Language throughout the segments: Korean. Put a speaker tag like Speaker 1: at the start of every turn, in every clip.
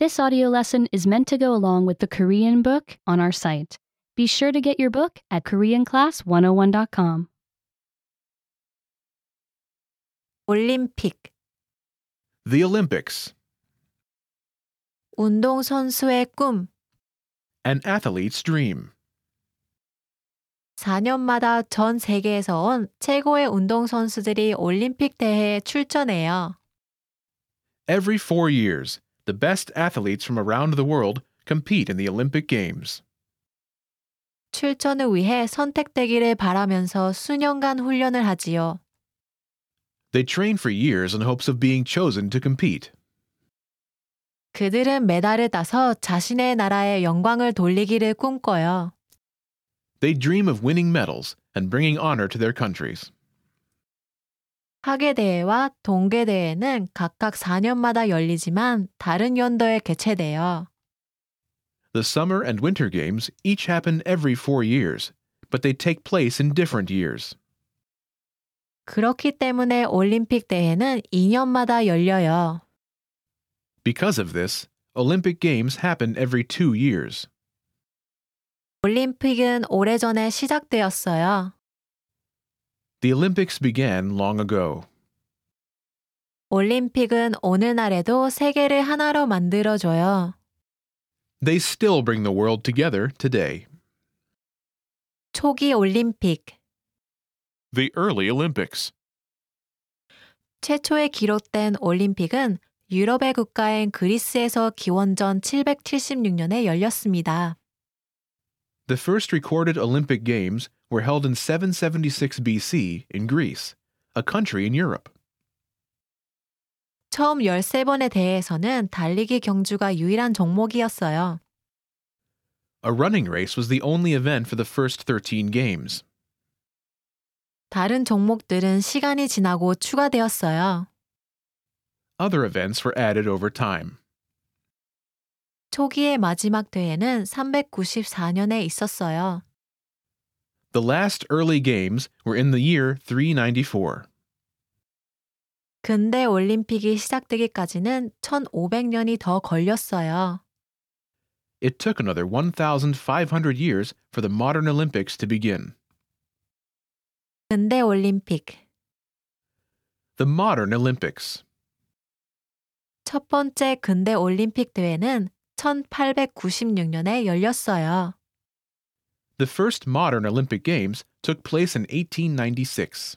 Speaker 1: This audio lesson is meant to go along with the Korean book on our site. Be sure to get your book at koreanclass101.com.
Speaker 2: 올림픽,
Speaker 3: The Olympics.
Speaker 2: 운동선수의 꿈,
Speaker 3: An athlete's dream.
Speaker 2: 4년마다 전 세계에서 온 최고의 운동선수들이 올림픽 대회에 출전해요.
Speaker 3: Every four years, the best athletes from around the world compete in the Olympic Games.
Speaker 2: 출전을 위해 선택되기를 바라면서 수년간 훈련을 하지요.
Speaker 3: They train for years in hopes of being chosen to compete.
Speaker 2: 그들은 메달을 따서 자신의 나라의 영광을 돌리기를 꿈꿔요.
Speaker 3: They dream of winning medals and bringing honor to their countries.
Speaker 2: 하계대회와 동계대회는 각각 4년마다 열리지만 다른 연도에 개최돼요.
Speaker 3: The Summer and Winter Games each happen every four years, but they take place in different years.
Speaker 2: 그렇기 때문에 올림픽 대회는 2년마다 열려요.
Speaker 3: Because of this, Olympic Games happen every two years.
Speaker 2: 올림픽은 오래전에 시작되었어요.
Speaker 3: The Olympics began long ago.
Speaker 2: 올림픽은 오늘날에도 세계를 하나로 만들어줘요.
Speaker 3: They still bring the world together today.
Speaker 2: 초기 올림픽.
Speaker 3: The early Olympics.
Speaker 2: 최초에 기록된 올림픽은 유럽의 국가인 그리스에서 기원전 776년에 열렸습니다.
Speaker 3: The first recorded Olympic Games were held in 776 BC in Greece, a country in Europe.
Speaker 2: 처음 13번의 대회에서는 달리기 경주가 유일한 종목이었어요.
Speaker 3: A running race was the only event for the first 13 games.
Speaker 2: 다른 종목들은 시간이 지나고 추가되었어요.
Speaker 3: Other events were added over time.
Speaker 2: 초기의 마지막 대회는 394년에 있었어요.
Speaker 3: The last early games were in the year 394.
Speaker 2: 근대 올림픽이 시작되기까지는 1500년이 더 걸렸어요.
Speaker 3: It took another 1,500 years for the modern Olympics to begin.
Speaker 2: 근대 올림픽.
Speaker 3: The modern Olympics.
Speaker 2: 첫 번째 근대 올림픽 대회는 1896년에 열렸어요.
Speaker 3: The first modern Olympic Games took place in 1896.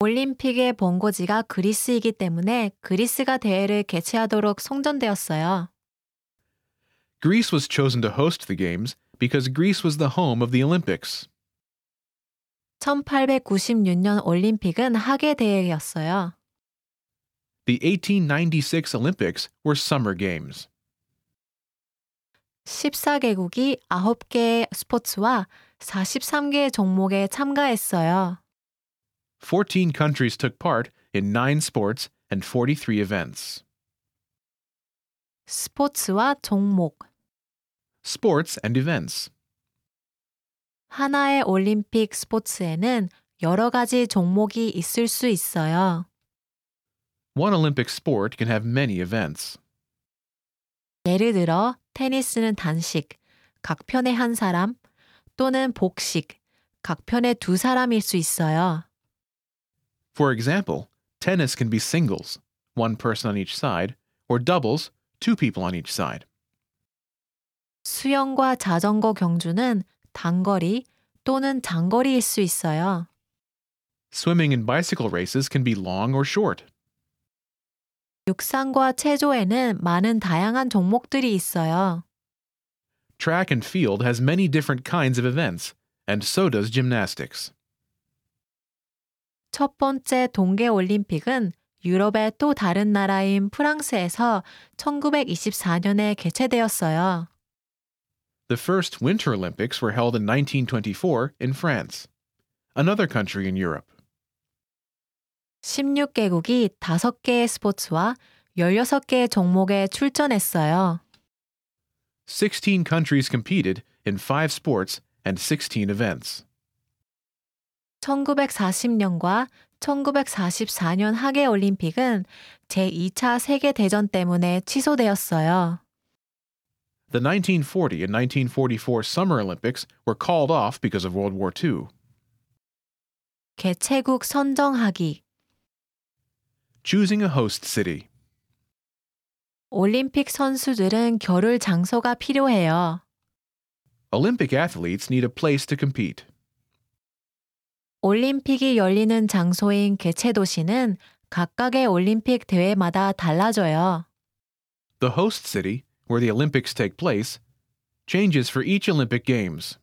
Speaker 2: 올림픽의 본고지가 그리스이기 때문에 그리스가 대회를 개최하도록 송전되었어요.
Speaker 3: Greece was chosen to host the Games because Greece was the home of the Olympics.
Speaker 2: 1896년 올림픽은 하계 대회였어요.
Speaker 3: The 1896 Olympics were Summer Games.
Speaker 2: 14개국이 9개의 스포츠와 43개의 종목에 참가했어요.
Speaker 3: 14 countries took part in 9 sports and 43 events.
Speaker 2: 스포츠와 종목.
Speaker 3: Sports and events.
Speaker 2: 하나의 올림픽 스포츠에는 여러 가지 종목이 있을 수 있어요.
Speaker 3: One Olympic sport can have many events.
Speaker 2: 예를 들어, 테니스는 단식, 각 편의 한 사람, 또는 복식, 각 편의 두 사람일 수 있어요.
Speaker 3: For example, tennis can be singles, one person on each side, or doubles, two people on each side.
Speaker 2: 수영과 자전거 경주는 단거리 또는 장거리일 수 있어요.
Speaker 3: Swimming and bicycle races can be long or short.
Speaker 2: 육상과 체조에는 많은 다양한 종목들이 있어요.
Speaker 3: Track and field has many different kinds of events, and so does gymnastics.
Speaker 2: 첫 번째 동계 올림픽은 유럽의 또 다른 나라인 프랑스에서 1924년에 개최되었어요.
Speaker 3: The first Winter Olympics were held in 1924 in France, another country in Europe.
Speaker 2: 16개국이 5개의 스포츠와 16개의 종목에 출전했어요.
Speaker 3: 16 countries competed in five sports and 16 events.
Speaker 2: 1940년과 1944년 하계 올림픽은 제2차 세계 대전 때문에 취소되었어요.
Speaker 3: The 1940 and 1944 Summer Olympics were called off because of World War II.
Speaker 2: 개최국 선정하기.
Speaker 3: Choosing a host city.
Speaker 2: 올림픽 선수들은 겨룰 장소가 필요해요.
Speaker 3: Olympic athletes need a place to compete.
Speaker 2: 올림픽이 열리는 장소인 개최 도시는 각각의 올림픽 대회마다 달라져요.
Speaker 3: The host city, where the Olympics take place, changes for each Olympic Games.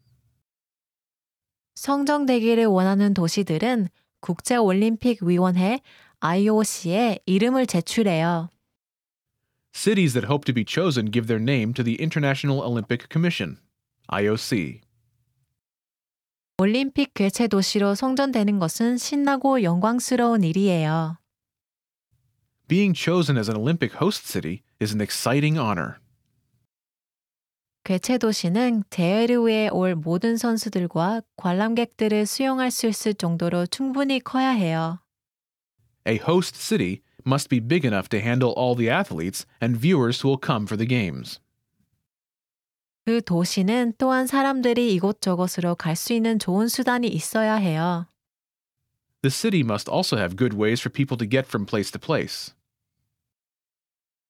Speaker 2: 성정되기를 원하는 도시들은 국제올림픽위원회 IOC에 이름을 제출해요.
Speaker 3: Cities that hope to be chosen give their name to the International Olympic Commission, IOC.
Speaker 2: 올림픽 개최 도시로 성전되는 것은 신나고 영광스러운 일이에요.
Speaker 3: Being chosen as an Olympic host city is an exciting honor.
Speaker 2: 개최 도시는 대회를 위해 올 모든 선수들과 관람객들을 수용할 수 있을 정도로 충분히 커야 해요.
Speaker 3: A host city must be big enough to handle all the athletes and viewers who will come for the games.
Speaker 2: 그 도시는 또한 사람들이 이곳저곳으로 갈 수 있는 좋은 수단이 있어야 해요.
Speaker 3: The city must also have good ways for people to get from place to place.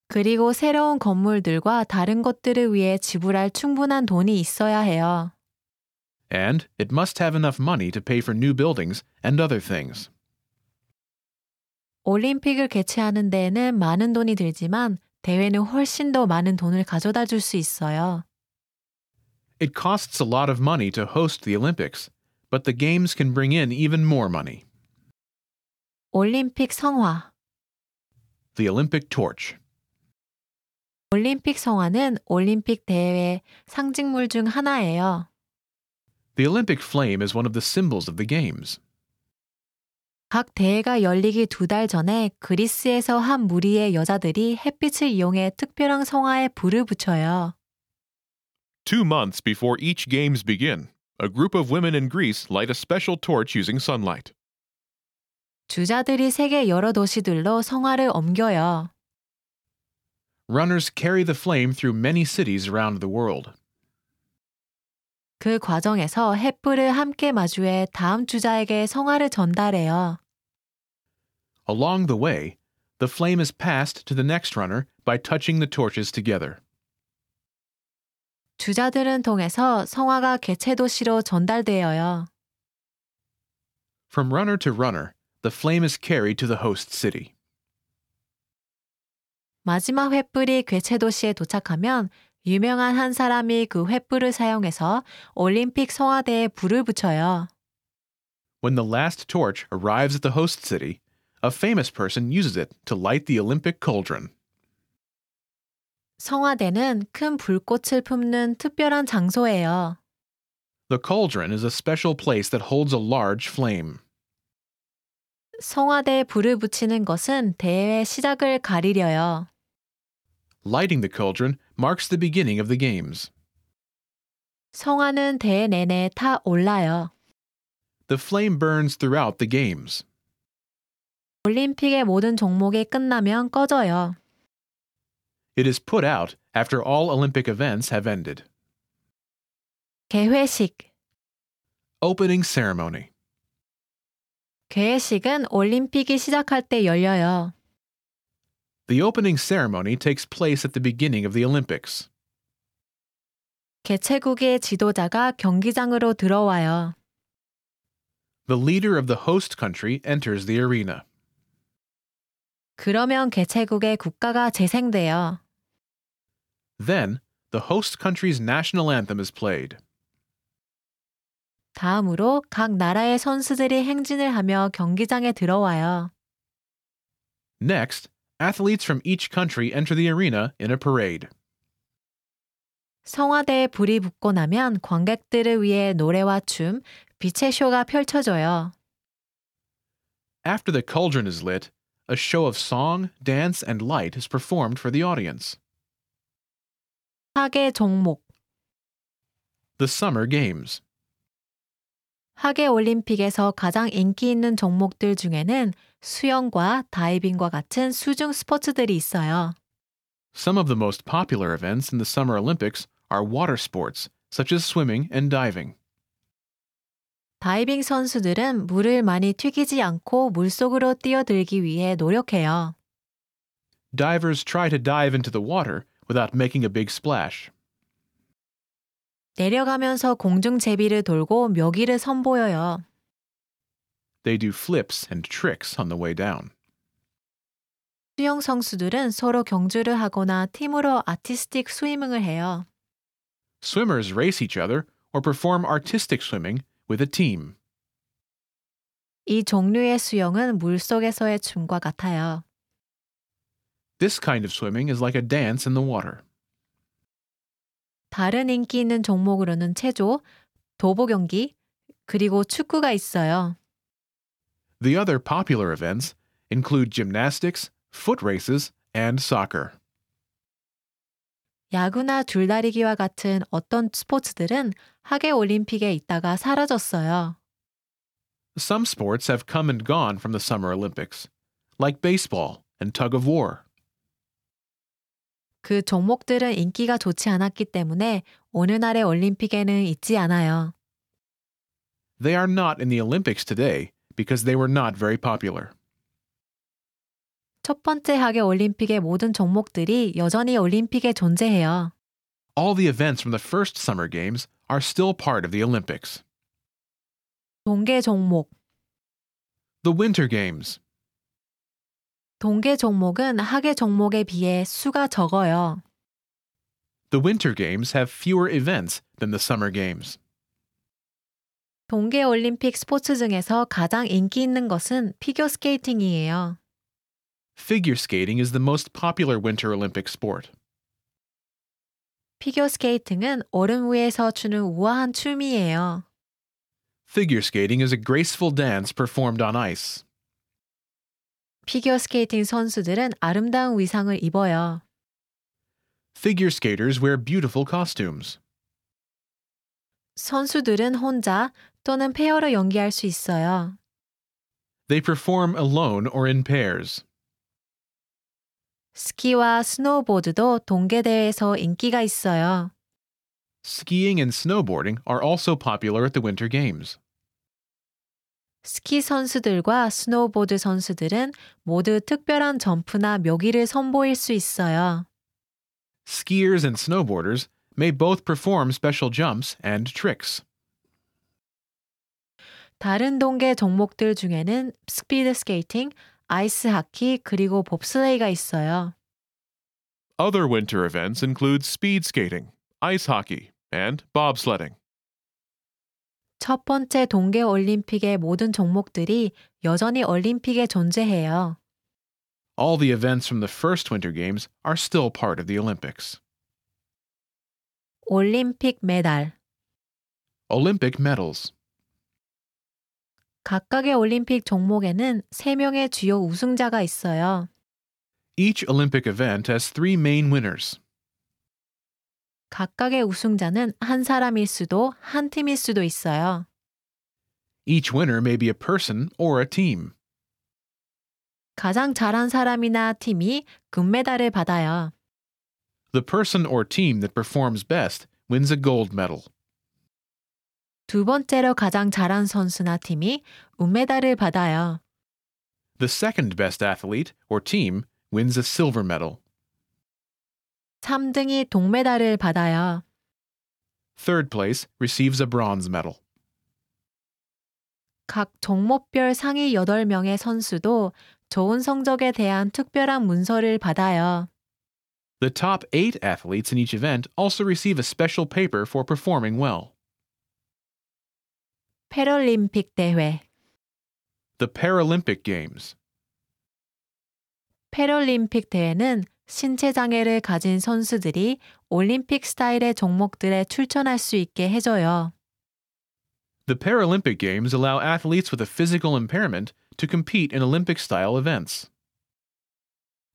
Speaker 2: 그리고 새로운 건물들과 다른 것들을 위해 지불할 충분한 돈이 있어야 해요.
Speaker 3: And it must have enough money to pay for new buildings and other things.
Speaker 2: 올림픽을 개최하는 데에는 많은 돈이 들지만 대회는 훨씬 더 많은 돈을 가져다 줄 수 있어요.
Speaker 3: It costs a lot of money to host the Olympics, but the games can bring in even more money.
Speaker 2: 올림픽 성화.
Speaker 3: The Olympic torch.
Speaker 2: 올림픽 성화는 올림픽 대회 상징물 중 하나예요.
Speaker 3: The Olympic flame is one of the symbols of the games.
Speaker 2: 각 대회가 열리기 두 달 전에 그리스에서 한 무리의 여자들이 햇빛을 이용해 특별한 성화에 불을 붙여요.
Speaker 3: Two months before each games begin, a group of women in Greece light a special torch using sunlight.
Speaker 2: 주자들이 세계 여러 도시들로 성화를 옮겨요.
Speaker 3: Runners carry the flame through many cities around the world.
Speaker 2: 그 과정에서 햇불을 함께 마주해 다음 주자에게 성화를 전달해요.
Speaker 3: Along the way, the flame is passed to the next runner by touching the torches together.
Speaker 2: 주자들은 통해서 성화가 개최 도시로 전달되어요.
Speaker 3: From runner to runner, the flame is carried to the host city.
Speaker 2: 마지막 횃불이 개최 도시에 도착하면 유명한 한 사람이 그 횃불을 사용해서 올림픽 성화대에 불을 붙여요.
Speaker 3: When the last torch arrives at the host city, a famous person uses it to light the Olympic cauldron.
Speaker 2: 성화대는 큰 불꽃을 품는 특별한 장소예요.
Speaker 3: The cauldron is a special place that holds a large flame.
Speaker 2: 성화대에 불을 붙이는 것은 대회 시작을 가리려요.
Speaker 3: Lighting the cauldron marks the beginning of the games.
Speaker 2: 성화는 대회 내내 타 올라요.
Speaker 3: The flame burns throughout the games.
Speaker 2: 올림픽의 모든 종목이 끝나면 꺼져요.
Speaker 3: It is put out after all Olympic events have ended.
Speaker 2: 개회식.
Speaker 3: Opening ceremony.
Speaker 2: 개회식은 올림픽이 시작할 때 열려요.
Speaker 3: The opening ceremony takes place at the beginning of the Olympics.
Speaker 2: 개최국의 지도자가 경기장으로 들어와요.
Speaker 3: The leader of the host country enters the arena.
Speaker 2: 그러면 개최국의 국가가 재생돼요.
Speaker 3: Then, the host country's national anthem is played.
Speaker 2: 다음으로 각 나라의 선수들이 행진을 하며 경기장에 들어와요.
Speaker 3: Next, athletes from each country enter the arena in a parade.
Speaker 2: 성화대에 불이 붙고 나면 관객들을 위해 노래와 춤, 빛의 쇼가 펼쳐져요.
Speaker 3: After the cauldron is lit, a show of song, dance, and light is performed for the audience.
Speaker 2: 하계 종목
Speaker 3: The Summer Games.
Speaker 2: 하계 올림픽에서 가장 인기 있는 종목들 중에는 수영과 다이빙과 같은 수중 스포츠들이 있어요.
Speaker 3: Some of the most popular events in the Summer Olympics are water sports, such as swimming and diving.
Speaker 2: 다이빙 선수들은 물을 많이 튀기지 않고 물속으로 뛰어들기 위해 노력해요.
Speaker 3: Divers try to dive into the water without making a big splash.
Speaker 2: 내려가면서 공중 제비를 돌고 묘기를 선보여요.
Speaker 3: They do flips and tricks on the way down.
Speaker 2: 수영 선수들은 서로 경주를 하거나 팀으로 아티스틱 스위밍을 해요.
Speaker 3: Swimmers race each other or perform artistic swimming with a team.
Speaker 2: 이 종류의 수영은 물속에서의 춤과 같아요.
Speaker 3: This kind of swimming is like a dance in the water.
Speaker 2: 다른 인기 있는 종목으로는 체조, 도보 경기, 그리고 축구가 있어요.
Speaker 3: The other popular events include gymnastics, foot races, and soccer.
Speaker 2: 야구나 줄다리기와 같은 어떤 스포츠들은 하계 올림픽에 있다가 사라졌어요.
Speaker 3: Some sports have come and gone from the Summer Olympics, like baseball and tug of war.
Speaker 2: 그 종목들은 인기가 좋지 않았기 때문에 오늘날의 올림픽에는 있지 않아요.
Speaker 3: They are not in the Olympics today because they were not very popular.
Speaker 2: 첫 번째 하계 올림픽의 모든 종목들이 여전히 올림픽에 존재해요.
Speaker 3: All the events from the first Summer Games are still part of the Olympics.
Speaker 2: 동계 종목.
Speaker 3: The Winter Games.
Speaker 2: 동계 종목은 하계 종목에 비해 수가 적어요.
Speaker 3: The Winter Games have fewer events than the Summer Games.
Speaker 2: 동계 올림픽 스포츠 중에서 가장 인기 있는 것은 피겨 스케이팅이에요.
Speaker 3: Figure skating is the most popular Winter Olympic sport.
Speaker 2: 피겨 스케이팅은 얼음 위에서 추는 우아한 춤이에요.
Speaker 3: Figure skating is a graceful dance performed on ice.
Speaker 2: 피겨 스케이팅 선수들은 아름다운 의상을 입어요.
Speaker 3: Figure skaters wear beautiful costumes.
Speaker 2: 선수들은 혼자 또는 페어로 연기할 수 있어요.
Speaker 3: They perform alone or in pairs.
Speaker 2: 스키와 스노우보드도 동계대회에서 인기가 있어요.
Speaker 3: Skiing and snowboarding are also popular at the Winter Games.
Speaker 2: 스키 선수들과 스노우보드 선수들은 모두 특별한 점프나 묘기를 선보일 수 있어요.
Speaker 3: Skiers and snowboarders may both perform special jumps and tricks.
Speaker 2: 다른 동계 종목들 중에는 스피드 스케이팅, 아이스 하키, 그리고 봅슬레이가 있어요.
Speaker 3: Other winter events include speed skating, ice hockey, and bobsledding.
Speaker 2: 첫 번째 동계 올림픽의 모든 종목들이 여전히 올림픽에 존재해요.
Speaker 3: All the events from the first Winter Games are still part of the Olympics.
Speaker 2: 올림픽 메달.
Speaker 3: Olympic medals.
Speaker 2: 각각의 올림픽 종목에는 3명의 주요 우승자가 있어요.
Speaker 3: Each Olympic event has three main winners.
Speaker 2: 각각의 우승자는 한 사람일 수도 한 팀일 수도 있어요.
Speaker 3: Each winner may be a person or a team.
Speaker 2: 가장 잘한 사람이나 팀이 금메달을 받아요.
Speaker 3: The person or team that performs best wins a gold medal.
Speaker 2: 두 번째로 가장 잘한 선수나 팀이 은메달을 받아요.
Speaker 3: The second best athlete or team wins a silver medal.
Speaker 2: 3등이 동메달을 받아요.
Speaker 3: Third place receives a bronze medal.
Speaker 2: 각 종목별 상위 8명의 선수도 좋은 성적에 대한 특별한 문서를 받아요.
Speaker 3: The top eight athletes in each event also receive a special paper for performing well.
Speaker 2: 패럴림픽 대회.
Speaker 3: The Paralympic Games.
Speaker 2: 패럴림픽 대회는 신체 장애를 가진 선수들이 올림픽 스타일의 종목들에 출전할 수 있게 해줘요.
Speaker 3: The Paralympic Games allow athletes with a physical impairment to compete in Olympic style events.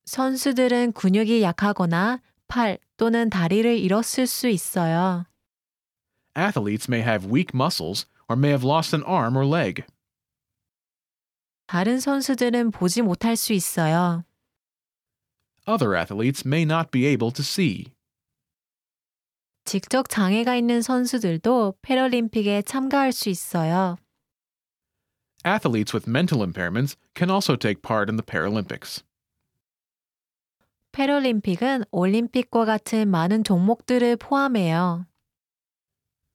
Speaker 2: 선수들은 근육이 약하거나 팔 또는 다리를 잃었을 수 있어요.
Speaker 3: Athletes may have weak muscles or may have lost an arm or leg.
Speaker 2: 다른 선수들은 보지 못할 수 있어요.
Speaker 3: Other athletes may not be able to see.
Speaker 2: 지적 장애가 있는 선수들도 패럴림픽에 참가할 수 있어요.
Speaker 3: Athletes with mental impairments can also take part in the Paralympics.
Speaker 2: 패럴림픽은 올림픽과 같은 많은 종목들을 포함해요.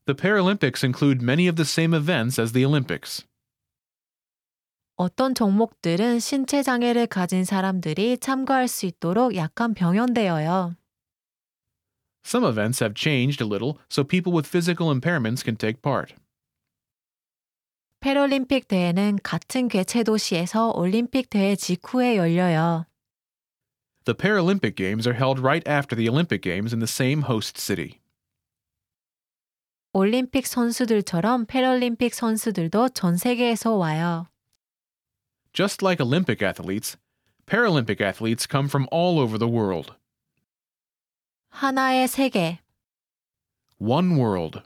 Speaker 3: The Paralympics include many of the same events as the Olympics.
Speaker 2: 어떤 종목들은 신체 장애를 가진 사람들이 참가할 수 있도록 약간 병행되어요.
Speaker 3: Some events have changed a little so people with physical impairments can take part.
Speaker 2: 패럴림픽 대회는 같은 개최 도시에서 올림픽 대회 직후에 열려요.
Speaker 3: The Paralympic Games are held right after the Olympic Games in the same host city.
Speaker 2: 올림픽 선수들처럼 패럴림픽 선수들도 전 세계에서 와요.
Speaker 3: Just like Olympic athletes, Paralympic athletes come from all over the world.
Speaker 2: 하나의 세계.
Speaker 3: One world.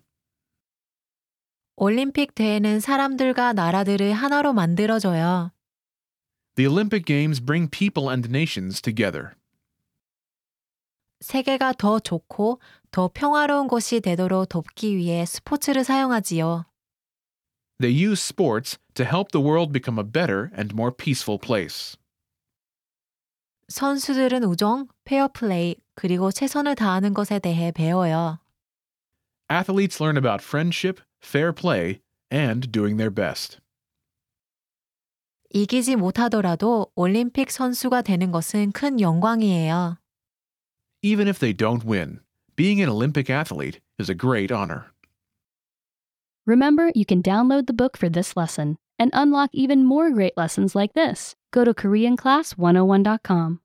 Speaker 2: 올림픽 대회는 사람들과 나라들을 하나로 만들어줘요.
Speaker 3: The Olympic Games bring people and nations together.
Speaker 2: 세계가 더 좋고 더 평화로운 곳이 되도록 돕기 위해 스포츠를 사용하지요.
Speaker 3: They use sports to help the world become a better and more peaceful place.
Speaker 2: 선수들은 우정, 페어플레이, 그리고 최선을 다하는 것에 대해 배워요.
Speaker 3: Athletes learn about friendship, fair play, and doing their best.
Speaker 2: 이기지 못하더라도 올림픽 선수가 되는 것은 큰 영광이에요.
Speaker 3: Even if they don't win, being an Olympic athlete is a great honor.
Speaker 1: Remember, you can download the book for this oh lesson and unlock even more great lessons like this. Go to KoreanClass101.com.